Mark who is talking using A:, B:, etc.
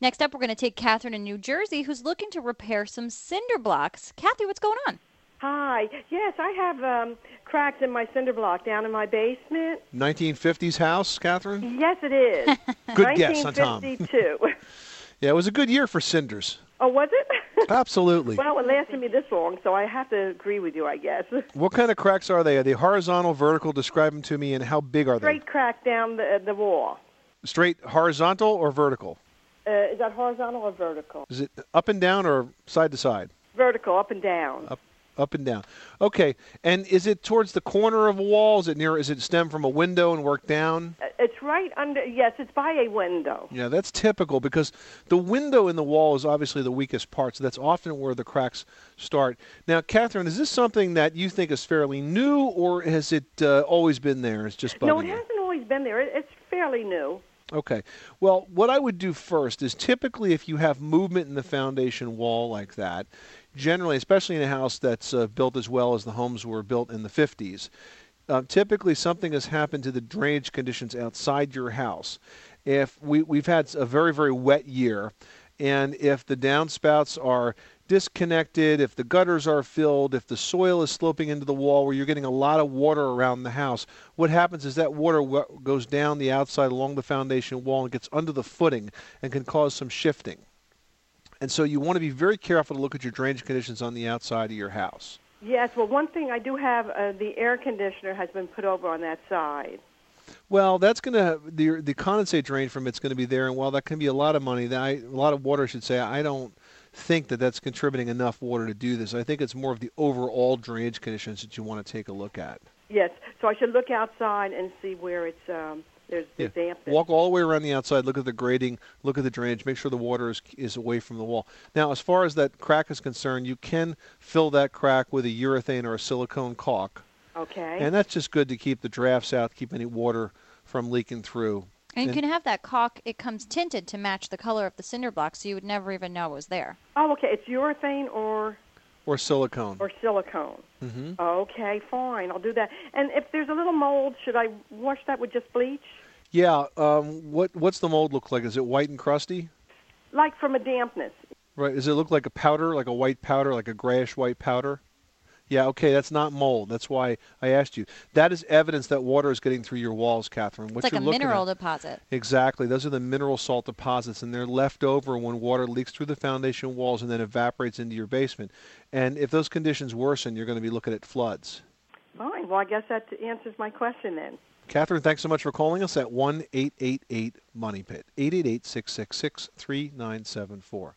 A: Next up, we're going to take Catherine in New Jersey, who's looking to repair some cinder blocks. Kathy, what's going on?
B: Hi. Yes, I have um, cracks in my cinder block down in my basement.
C: 1950s house, Catherine?
B: Yes, it is.
C: Good guess on Tom.
B: 1952.
C: Yeah, it was a good year for cinders.
B: oh, was it?
C: Absolutely.
B: well, it lasted me this long, so I have to agree with you, I guess.
C: What kind of cracks are they? Are they horizontal, vertical? Describe them to me, and how big are
B: Straight crack down the, the wall.
C: they? Straight, horizontal, or vertical?
B: Uh, is that horizontal or vertical?
C: Is it up and down or side to side?
B: Vertical, up and down.
C: Up, up and down. Okay. And is it towards the corner of a wall? Is it near? Is it stem from a window and work down?
B: Uh, It's right under, yes, it's by a window.
C: Yeah, that's typical because the window in the wall is obviously the weakest part, so that's often where the cracks start. Now, Catherine, is this something that you think is fairly new, or has it uh, always been there? It's just bugging
B: No, it
C: you?
B: hasn't always been there. It, it's fairly new.
C: Okay. Well, what I would do first is typically if you have movement in the foundation wall like that, generally, especially in a house that's uh, built as well as the homes were built in the 50s, uh, typically something has happened to the drainage conditions outside your house. If we, we've had a very, very wet year, and if the downspouts are disconnected, if the gutters are filled, if the soil is sloping into the wall where you're getting a lot of water around the house, what happens is that water wa- goes down the outside along the foundation wall and gets under the footing and can cause some shifting. And so you want to be very careful to look at your drainage conditions on the outside of your house.
B: Yes, well, one thing I do have uh, the air conditioner has been put over on that side.
C: Well, that's going to the the condensate drain from it's going to be there, and while that can be a lot of money, that I, a lot of water, I should say, I don't think that that's contributing enough water to do this. I think it's more of the overall drainage conditions that you want to take a look at.
B: Yes, so I should look outside and see where it's um, there's
C: Yeah.
B: dampness.
C: Walk all the way around the outside, look at the grading, look at the drainage, make sure the water is, is away from the wall. Now, as far as that crack is concerned, you can fill that crack with a urethane or a silicone caulk,
B: okay.
C: and that's just good to keep the drafts out, keep any water from leaking through.
A: And you
C: And-
A: can have that caulk, it comes tinted to match the color of the cinder block, so you would never even know it was there.
B: oh, okay. It's urethane or
C: Or silicone.
B: or silicone.
C: Mhm.
B: Okay, fine. I'll do that. And if there's a little mold, should I wash that with just bleach,
C: Yeah. Um, what What's the mold look like? Is it white and crusty?
B: like from a dampness?
C: Right. Does it look like a powder, like a white powder, like a grayish white powder? Yeah. Okay. That's not mold. That's why I asked you. That is evidence that water is getting through your walls, Catherine. What
A: It's like
C: you're
A: a
C: looking
A: mineral
C: at-
A: deposit.
C: Exactly. Those are the mineral salt deposits, and they're left over when water leaks through the foundation walls and then evaporates into your basement. And if those conditions worsen, you're going to be looking at floods.
B: Fine. Well, I guess that answers my question then.
C: Catherine, thanks so much for calling us at 1 888 Money Pit, 888 666 3974.